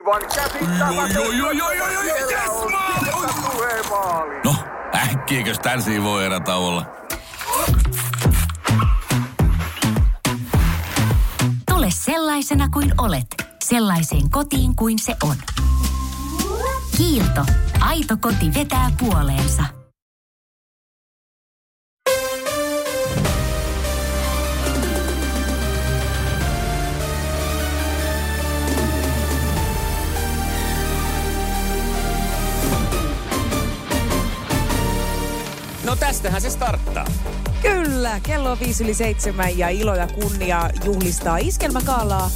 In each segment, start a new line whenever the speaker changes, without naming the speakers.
aivan käsittämätöntä.
Oi, oi, oi, oi, oi, oi,
Siellä
yes,
on
maali!
Sirkka
Oi.
Tuhe maali.
No, äkkiäkös tän voi erä olla?
Tule sellaisena kuin olet, sellaiseen kotiin kuin se on. Kiilto. Aito koti vetää puoleensa.
No tästähän se starttaa.
Kyllä, kello on viisi yli seitsemän ja ilo ja kunnia juhlistaa iskelmäkaalaa.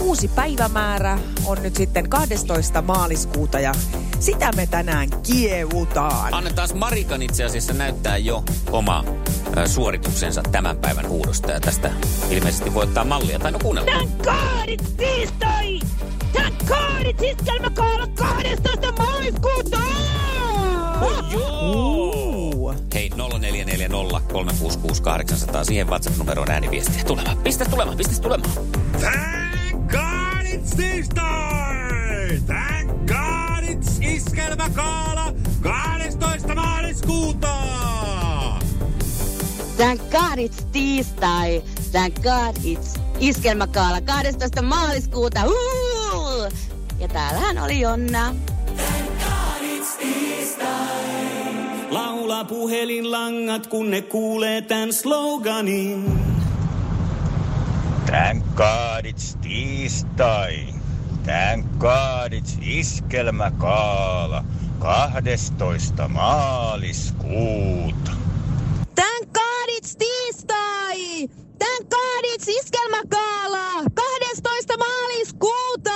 Uusi päivämäärä on nyt sitten 12. maaliskuuta ja sitä me tänään kievutaan.
Annetaan Marikan itse asiassa näyttää jo oma ö, suorituksensa tämän päivän huudosta. Ja tästä ilmeisesti voi ottaa mallia. Tai no kuunnella.
Tankkaadit tiistai! Tankkaadit iskelmäkaala 12. maaliskuuta!
Uu.
Hei, 0440 366 800. Siihen WhatsApp-numeroon ääniviestiä tulemaan. Pistä tulemaan, pistä tulemaan.
Thank God it's tiistai! Thank God it's iskelmäkaala 12. maaliskuuta!
Thank God it's tiistai. Thank God it's iskelmäkaala 12. maaliskuuta. Uhu! Ja täällähän oli Jonna.
Laula puhelinlangat, kun ne kuulee tämän sloganin.
Thank God it's tiistai. Thank God it's iskelmäkaala. 12. maaliskuuta.
Thank God it's tiistai. Thank God it's iskelmäkaala 12. maaliskuuta.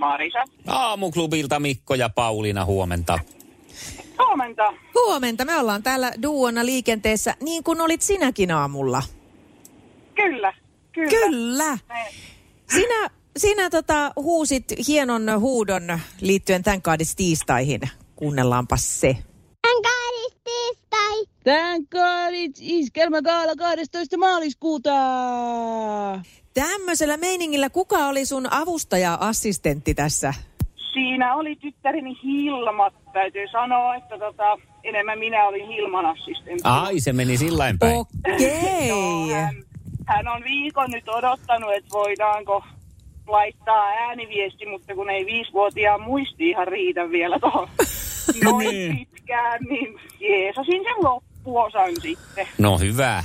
Marisa,
Aamuklubilta Mikko ja Pauliina huomenta.
huomenta.
Huomenta, me ollaan täällä duona liikenteessä niin kuin olit sinäkin aamulla.
Kyllä, kyllä.
Kyllä. Sinä, sinä tota, huusit hienon huudon liittyen tämän kaadis tiistaihin. Kuunnellaanpa se.
Thank God it's tiistai. Thank God it's iskelmäkaala 12. maaliskuuta.
Tämmöisellä meiningillä kuka oli sun avustaja-assistentti tässä?
Siinä oli tyttäreni Hilma. Täytyy sanoa, että tota, enemmän minä olin Hilman assistentti.
Ai, se meni sillain päin.
Okei.
Joo, hän, hän on viikon nyt odottanut, että voidaanko laittaa ääniviesti, mutta kun ei viisivuotiaan muisti ihan riitä vielä tuohon noin pitkään, No niin jeesasin sen loppuosan sitten.
No hyvä.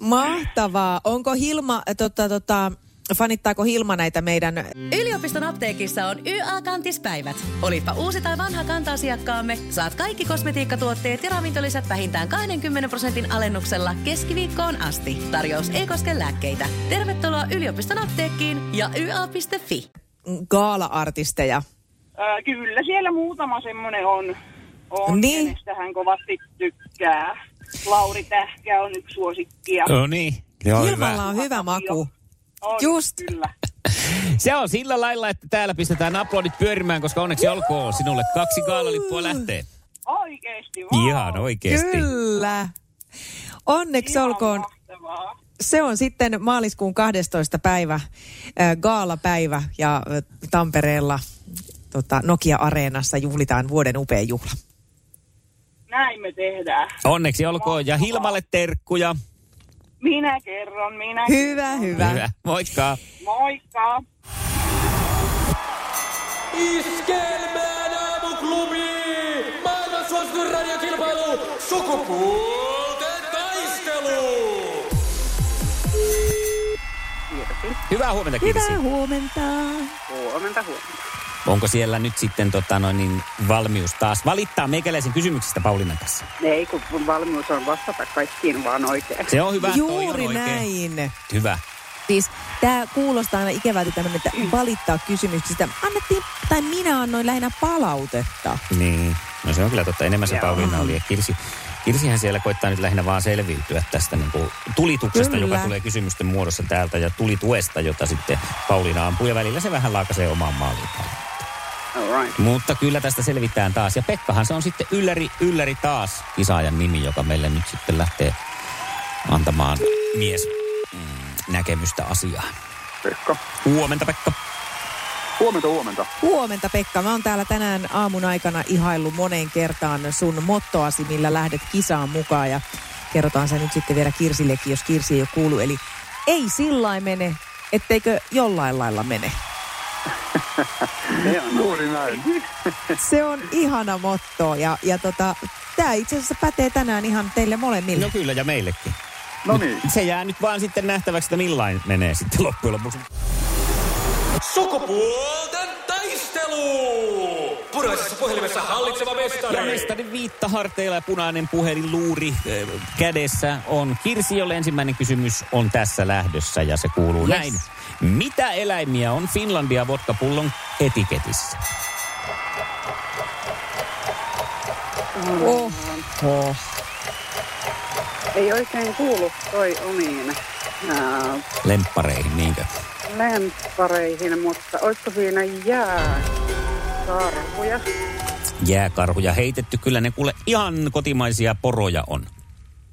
Mahtavaa. Onko Hilma, tota, tota, fanittaako Hilma näitä meidän...
Yliopiston apteekissa on YA-kantispäivät. Olipa uusi tai vanha kanta-asiakkaamme, saat kaikki kosmetiikkatuotteet ja ravintolisät vähintään 20 prosentin alennuksella keskiviikkoon asti. Tarjous ei koske lääkkeitä. Tervetuloa yliopiston apteekkiin ja YA.fi.
gaala-artisteja?
Ää, kyllä siellä muutama semmoinen on,
Niin.
on niin. kenestä hän kovasti tykkää. Lauri Tähkä on yksi suosikkia.
No niin.
Hilmalla on hyvä maku.
On,
just.
Kyllä.
Se on sillä lailla, että täällä pistetään aplodit pyörimään, koska onneksi olkoon sinulle kaksi gaalalippua lähtee.
Oikeesti vaan.
Ihan oikeesti.
Kyllä. Onneksi
Ihan
olkoon.
mahtavaa.
Se on sitten maaliskuun 12. päivä, äh, gaalapäivä ja äh, Tampereella tota, Nokia-areenassa juhlitaan vuoden upea juhla.
Näin me tehdään.
Onneksi olkoon ja Hilmalle terkkuja.
Minä kerron, minä
Hyvä, hyvä.
Hyvä. Moikka.
Moikka!
Iskelmään aamuklubi! Maailman suosituin radiokilpailu! Sukupuolten taistelu!
Hyvää huomenta, Kirsi.
Hyvää huomenta.
Huomenta, huomenta.
Onko siellä nyt sitten tota, noin, niin valmius taas valittaa meikäläisen kysymyksistä Paulinan kanssa?
Ei, kun mun valmius on vastata kaikkiin vaan oikein.
Se on hyvä. toi on
Juuri
oikein.
näin.
Hyvä.
Siis tämä kuulostaa aina ikävältä tämmöinen, että valittaa kysymyksistä. Annettiin, tai minä annoin lähinnä palautetta.
Niin. No se on kyllä totta. Enemmän se Pauliina oli. Ja Kirsi, Kirsihän siellä koittaa nyt lähinnä vaan selviytyä tästä niin kuin tulituksesta,
Kyllä.
joka tulee kysymysten muodossa täältä, ja tulituesta, jota sitten Pauliina ampuu, ja välillä se vähän laakaisee omaan maaliin.
All right.
Mutta kyllä tästä selvitään taas. Ja Pekkahan se on sitten ylläri, ylläri taas kisaajan nimi, joka meille nyt sitten lähtee antamaan mies mm, näkemystä asiaan.
Pekka.
Huomenta Pekka.
Huomenta, huomenta.
Huomenta Pekka. Mä oon täällä tänään aamun aikana ihaillut moneen kertaan sun mottoasi, millä lähdet kisaan mukaan. Ja kerrotaan se nyt sitten vielä Kirsillekin, jos Kirsi ei ole kuulu. Eli ei sillä mene, etteikö jollain lailla mene.
Juuri näin.
Se on ihana motto ja, ja tota, tämä itse asiassa pätee tänään ihan teille molemmille.
No kyllä ja meillekin.
No niin.
Se jää nyt vaan sitten nähtäväksi, että millain menee sitten loppujen lopuksi.
Sukupuolten taistelu! Punaisessa puhelimessa hallitseva mestari.
Ja mestarin viitta harteilla ja punainen puhelinluuri eh, kädessä on Kirsi, jolle ensimmäinen kysymys on tässä lähdössä ja se kuuluu
Yes.
näin. Mitä eläimiä on Finlandia vodkapullon etiketissä?
Oh.
Oh.
Ei oikein kuulu toi omiin ää,
Lemppareihin, niinkö?
lemppareihin, mutta olisiko siinä jää karhuja?
Jääkarhuja heitetty, kyllä ne kuule ihan kotimaisia poroja on.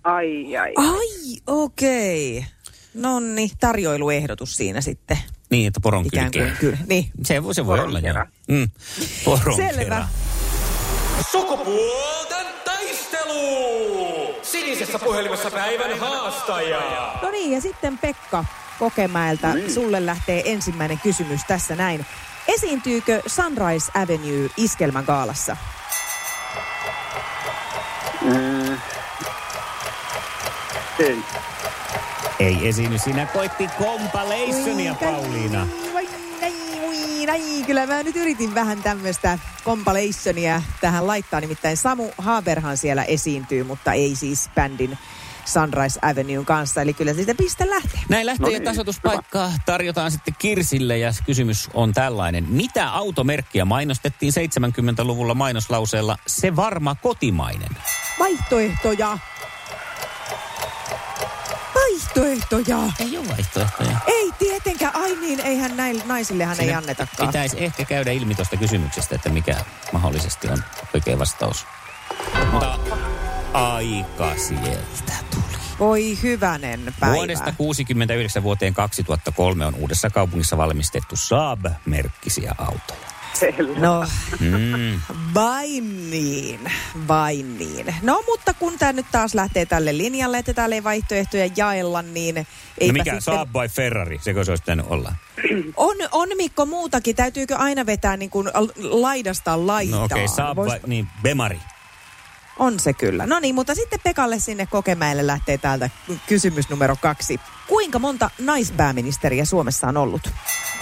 Ai, ai.
Ah. Ai, okei. Okay. Nonni, tarjoiluehdotus siinä sitten.
Niin, että poron
Ikään kuin
kylkeen.
kyllä, niin.
Se, voi- se voi olla, joo. Mm. Poron
Selvä.
kera.
Sukupuolten taistelu! Sinisessä puhelimessa päivän haastaja.
No niin, ja sitten Pekka Kokemäeltä. Niin. Sulle lähtee ensimmäinen kysymys tässä näin. Esiintyykö Sunrise Avenue iskelmän gaalassa?
Mm. Ei.
Ei esiinny, sinä koitti kompaleissonia,
Ui,
Pauliina.
Vai näin, ui, näin. Kyllä mä nyt yritin vähän tämmöistä kompaleissonia tähän laittaa. Nimittäin Samu Haaberhan siellä esiintyy, mutta ei siis bändin Sunrise Avenuen kanssa. Eli kyllä siitä piste lähtee.
Näin lähtee
No
ja
niin,
tasoituspaikkaa tarjotaan sitten Kirsille ja kysymys on tällainen. Mitä automerkkiä mainostettiin 70-luvulla mainoslauseella se varma kotimainen?
Vaihtoehtoja. Vaihtoehtoja.
Ei ole vaihtoehtoja.
Ei tietenkään. Ai niin, eihän näille naisillehan ei
Siinä
annetakaan.
Pitäisi ehkä käydä ilmi tuosta kysymyksestä, että mikä mahdollisesti on oikea vastaus. Mutta aika sieltä.
Voi hyvänen päivä.
Vuodesta 69 vuoteen 2003 on uudessa kaupungissa valmistettu Saab-merkkisiä autoja.
No,
Mm.
Vain niin, vain niin. No mutta kun tämä nyt taas lähtee tälle linjalle, että täällä ei vaihtoehtoja jaella, niin eipä
No mikä,
sitten...
Saab vai Ferrari? Sekö se olisi pitänyt olla? No
On, on Mikko muutakin, täytyykö aina vetää niin kuin al- laidasta laitaan?
No okei, okay, Saab
Vois-
vai, niin Bemari.
On se kyllä. No niin, mutta sitten Pekalle sinne Kokemäelle lähtee täältä kysymys numero kaksi. Kuinka monta naispääministeriä Suomessa on ollut?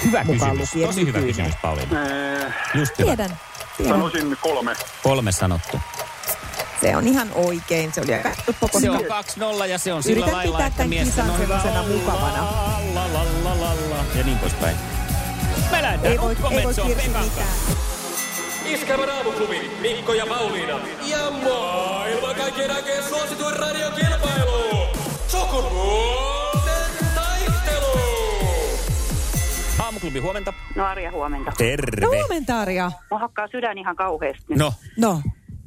Hyvä
Mukaan
kysymys.
lukien
Tosi hyvä
nykyinen.
kysymys, Pauliina.
Äh,
Just hyvä.
Tiedän. Tiedän.
Sanoisin kolme.
Kolme sanottu.
Se on ihan oikein. Se oli aika helppo,
Se on
koska-
2-0 ja se on sillä
Yritän
lailla,
pitää
että
tämän
miesten
kisan
on hyvä
semmoisena
olla.
mukavana.
La, la, la, la, la. Ja niin poispäin. Me lähdetään
Ei voi, ei voi
rukkometsoon
Kirsi
Pekan
mitään.
Iskävä raamuklubi, Mikko ja Pauliina. Ja maailman kaikkien aikeen suosituen radiokilpailu. Sukupuolten taistelu.
Aamuklubi, huomenta.
No Arja, huomenta.
No,
Terve.
huomenta Arja.
Mua hakkaa sydän ihan kauheasti. nyt.
No,
No,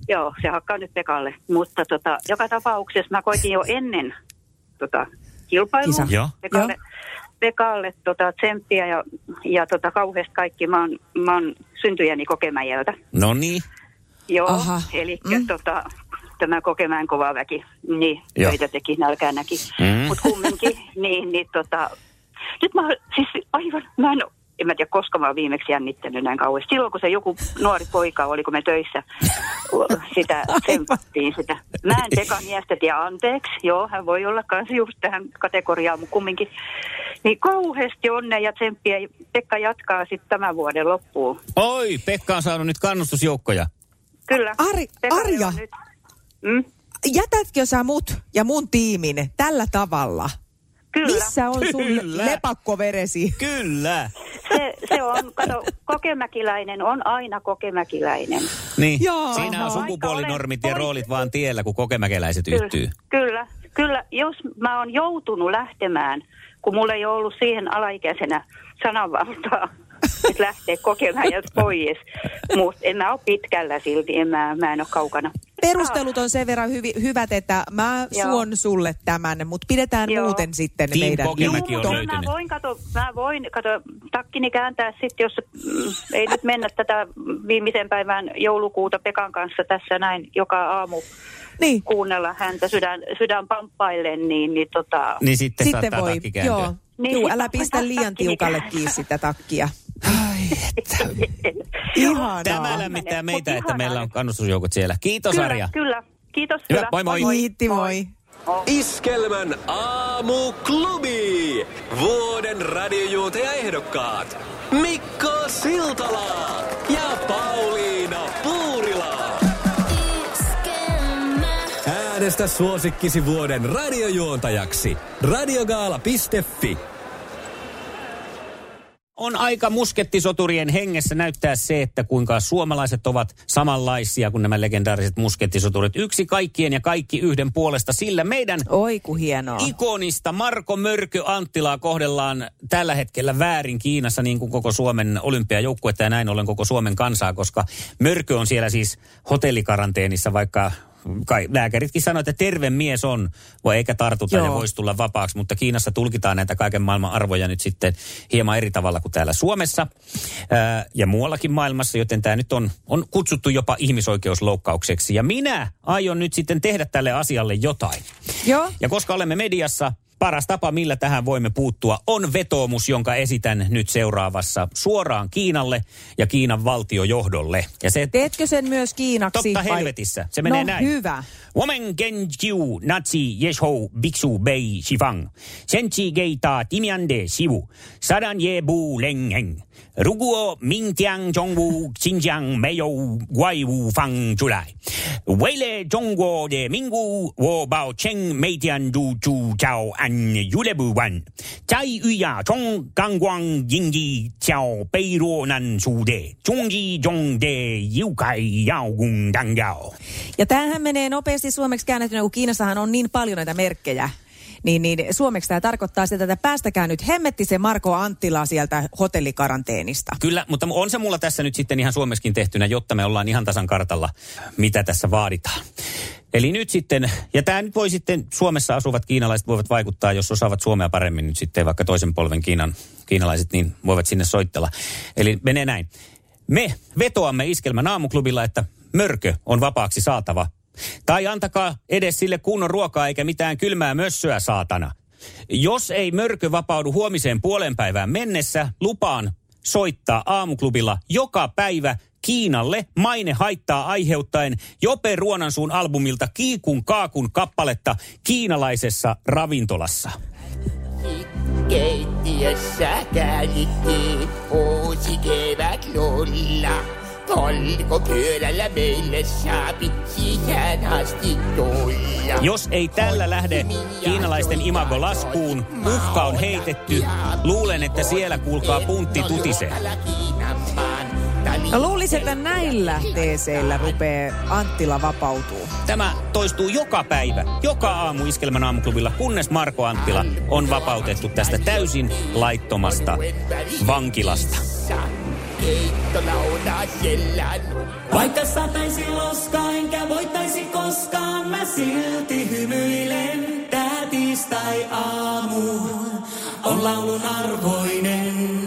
Joo, se hakkaa nyt Pekalle. Mutta tota, joka tapauksessa mä koitin jo ennen tota, kilpailua
Kisa. Joo.
Pekalle, Pekalle tota, tsemppiä ja, ja tota, kauheasti kaikki. Mä oon, mä oon syntyjäni Kokemäjältä.
no niin.
Joo,
Aha.
eli mm. tota, tämä kokemään kova väki, niin
Joo.
töitä teki, nälkää näki,
Mm.
mm. mutta kumminkin, niin, niin tota, nyt mä oon siis aivan, mä en, oo- en mä tiedä koska mä oon viimeksi jännittänyt näin kauheasti. Silloin kun se joku nuori poika oli, kun me töissä sitä tsempattiin sitä. Mä en Pekan miestä tiedä anteeksi, joo, hän voi olla kanssa just tähän kategoriaan, mutta kumminkin. Niin kauheasti onnea ja tsemppiä. Pekka jatkaa sitten tämän vuoden loppuun.
Oi, Pekka on saanut nyt kannustusjoukkoja.
Kyllä.
Ari-
Pekka on
Arja.
nyt- Mm?
jätätkö sä mut ja mun tiimin tällä tavalla?
Kyllä.
Missä on sun
Kyllä.
lepakkoveresi?
Kyllä.
Se, se on, kato, kokemäkiläinen on aina kokemäkiläinen.
Niin,
Joo.
siinä on
Aika
sukupuolinormit
olen
ja
pois.
roolit vaan tiellä, kun kokemäkeläiset yhtyy.
Kyllä, kyllä. Jos mä oon joutunut lähtemään, kun mulla ei ole ollut siihen alaikäisenä sananvaltaa, nyt lähteä kokeilemaan ja pois. Mutta en mä ole pitkällä silti, en mä, mä en ole kaukana.
Perustelut on sen verran hyvi, hyvät, että mä
Joo.
suon sulle tämän, mutta pidetään
Joo.
muuten sitten
Team
meidän
Pokemäki on
liitto.
Kyllä mä voin, kato, mä voin, kato, takkini kääntää sitten, jos mm, ei nyt mennä tätä viimeisen päivän joulukuuta Pekan kanssa tässä näin joka aamu
niin.
kuunnella häntä sydän, sydän pamppaille, niin, niin tota...
Niin sitten,
Sitten
saattaa
voi,
takki kääntyä.
joo.
Niin,
Juu,
sit
älä
mä
pistä
voin
liian
takkinikään.
tiukalle kiinni sitä takkia. Ihanaa.
Tämä lämmittää meitä, että meillä on kannustusjoukot siellä. Kiitos
kyllä,
Arja.
Kyllä, kiitos.
Hyvä,
kyllä.
moi moi.
Kiitti, moi.
Iskelmän aamuklubi. Vuoden radiojuontaja ehdokkaat. Mikko Siltala ja Pauliina Puurila. Äänestä suosikkisi vuoden radiojuontajaksi. Radiogaala.fi
On aika muskettisoturien hengessä näyttää se, että kuinka suomalaiset ovat samanlaisia kuin nämä legendaariset muskettisoturit. Yksi kaikkien ja kaikki yhden puolesta, sillä meidän
Oi, ku hienoa.
ikonista Marko Mörkö Anttilaa kohdellaan tällä hetkellä väärin Kiinassa, niin kuin koko Suomen olympiajoukkuetta ja näin ollen koko Suomen kansaa, koska Mörkö on siellä siis hotellikaranteenissa, vaikka kai lääkäritkin sanoivat, että terve mies on, voi eikä tartuta Joo. ja
Joo.
voisi tulla vapaaksi, mutta Kiinassa tulkitaan näitä kaiken maailman arvoja nyt sitten hieman eri tavalla kuin täällä Suomessa ää, ja muuallakin maailmassa, joten tämä nyt on, on kutsuttu jopa ihmisoikeusloukkaukseksi. Ja minä aion nyt sitten tehdä tälle asialle jotain.
Joo.
Ja koska olemme mediassa, paras tapa, millä tähän voimme puuttua, on vetoomus, jonka esitän nyt seuraavassa suoraan Kiinalle ja Kiinan valtiojohdolle. Ja se
Teetkö sen myös kiinaksi?
totta
vai-
helvetissä, se menee
no,
näin.
hyvä.
Women gen jiu natsi yeshou biksu bei shifang. Senchi geita timiande shivu. Sadan ye bu leng heng. Ruguo mingtiang jongwu xinjiang meiyou guai wu fang julai. Weile zhongguo de minggu wo bao cheng meitian du chu chao an yulebu wan. Chai yuya chong gangguang yingyi chao bei ruo nan su de. Zhongji zhong de yu kai yao gung dang yao.
Ja tämähän menee nopeasti suomeksi käännettynä, kun Kiinassahan on niin paljon näitä merkkejä. Niin, niin suomeksi tämä tarkoittaa sitä, että päästäkää nyt hemmetti se Marko Anttila sieltä hotellikaranteenista.
Kyllä, mutta on se mulla tässä nyt sitten ihan suomeskin tehtynä, jotta me ollaan ihan tasan kartalla, mitä tässä vaaditaan. Eli nyt sitten, ja tämä nyt voi sitten, Suomessa asuvat kiinalaiset voivat vaikuttaa, jos osaavat suomea paremmin nyt sitten, vaikka toisen polven Kiinan, kiinalaiset, niin voivat sinne soittella. Eli menee näin. Me vetoamme Iskelmän aamuklubilla, että mörkö on vapaaksi saatava. Tai antakaa edes sille kunnon ruokaa eikä mitään kylmää mössöä saatana. Jos ei mörkö vapaudu huomiseen puolen päivään mennessä, lupaan soittaa aamuklubilla joka päivä Kiinalle maine haittaa aiheuttaen Jope Ruonansuun albumilta Kiikun kaakun kappaletta kiinalaisessa ravintolassa.
Keittiössä käännittiin uusi kevät lulla. Polko pyörällä meille saapi sisään asti tulla.
Jos ei tällä lähde kiinalaisten imago laskuun, uhka on heitetty. Luulen, että siellä kuulkaa puntti tutisee.
No luulisin, että näillä teeseillä rupeaa Anttila vapautuu.
Tämä toistuu joka päivä, joka aamu Iskelmän aamuklubilla, kunnes Marko Anttila on vapautettu tästä täysin laittomasta vankilasta.
Vaikka sataisi loskaa, enkä voittaisi koskaan, mä silti hymyilen. Tää tiistai aamu on laulun arvoinen.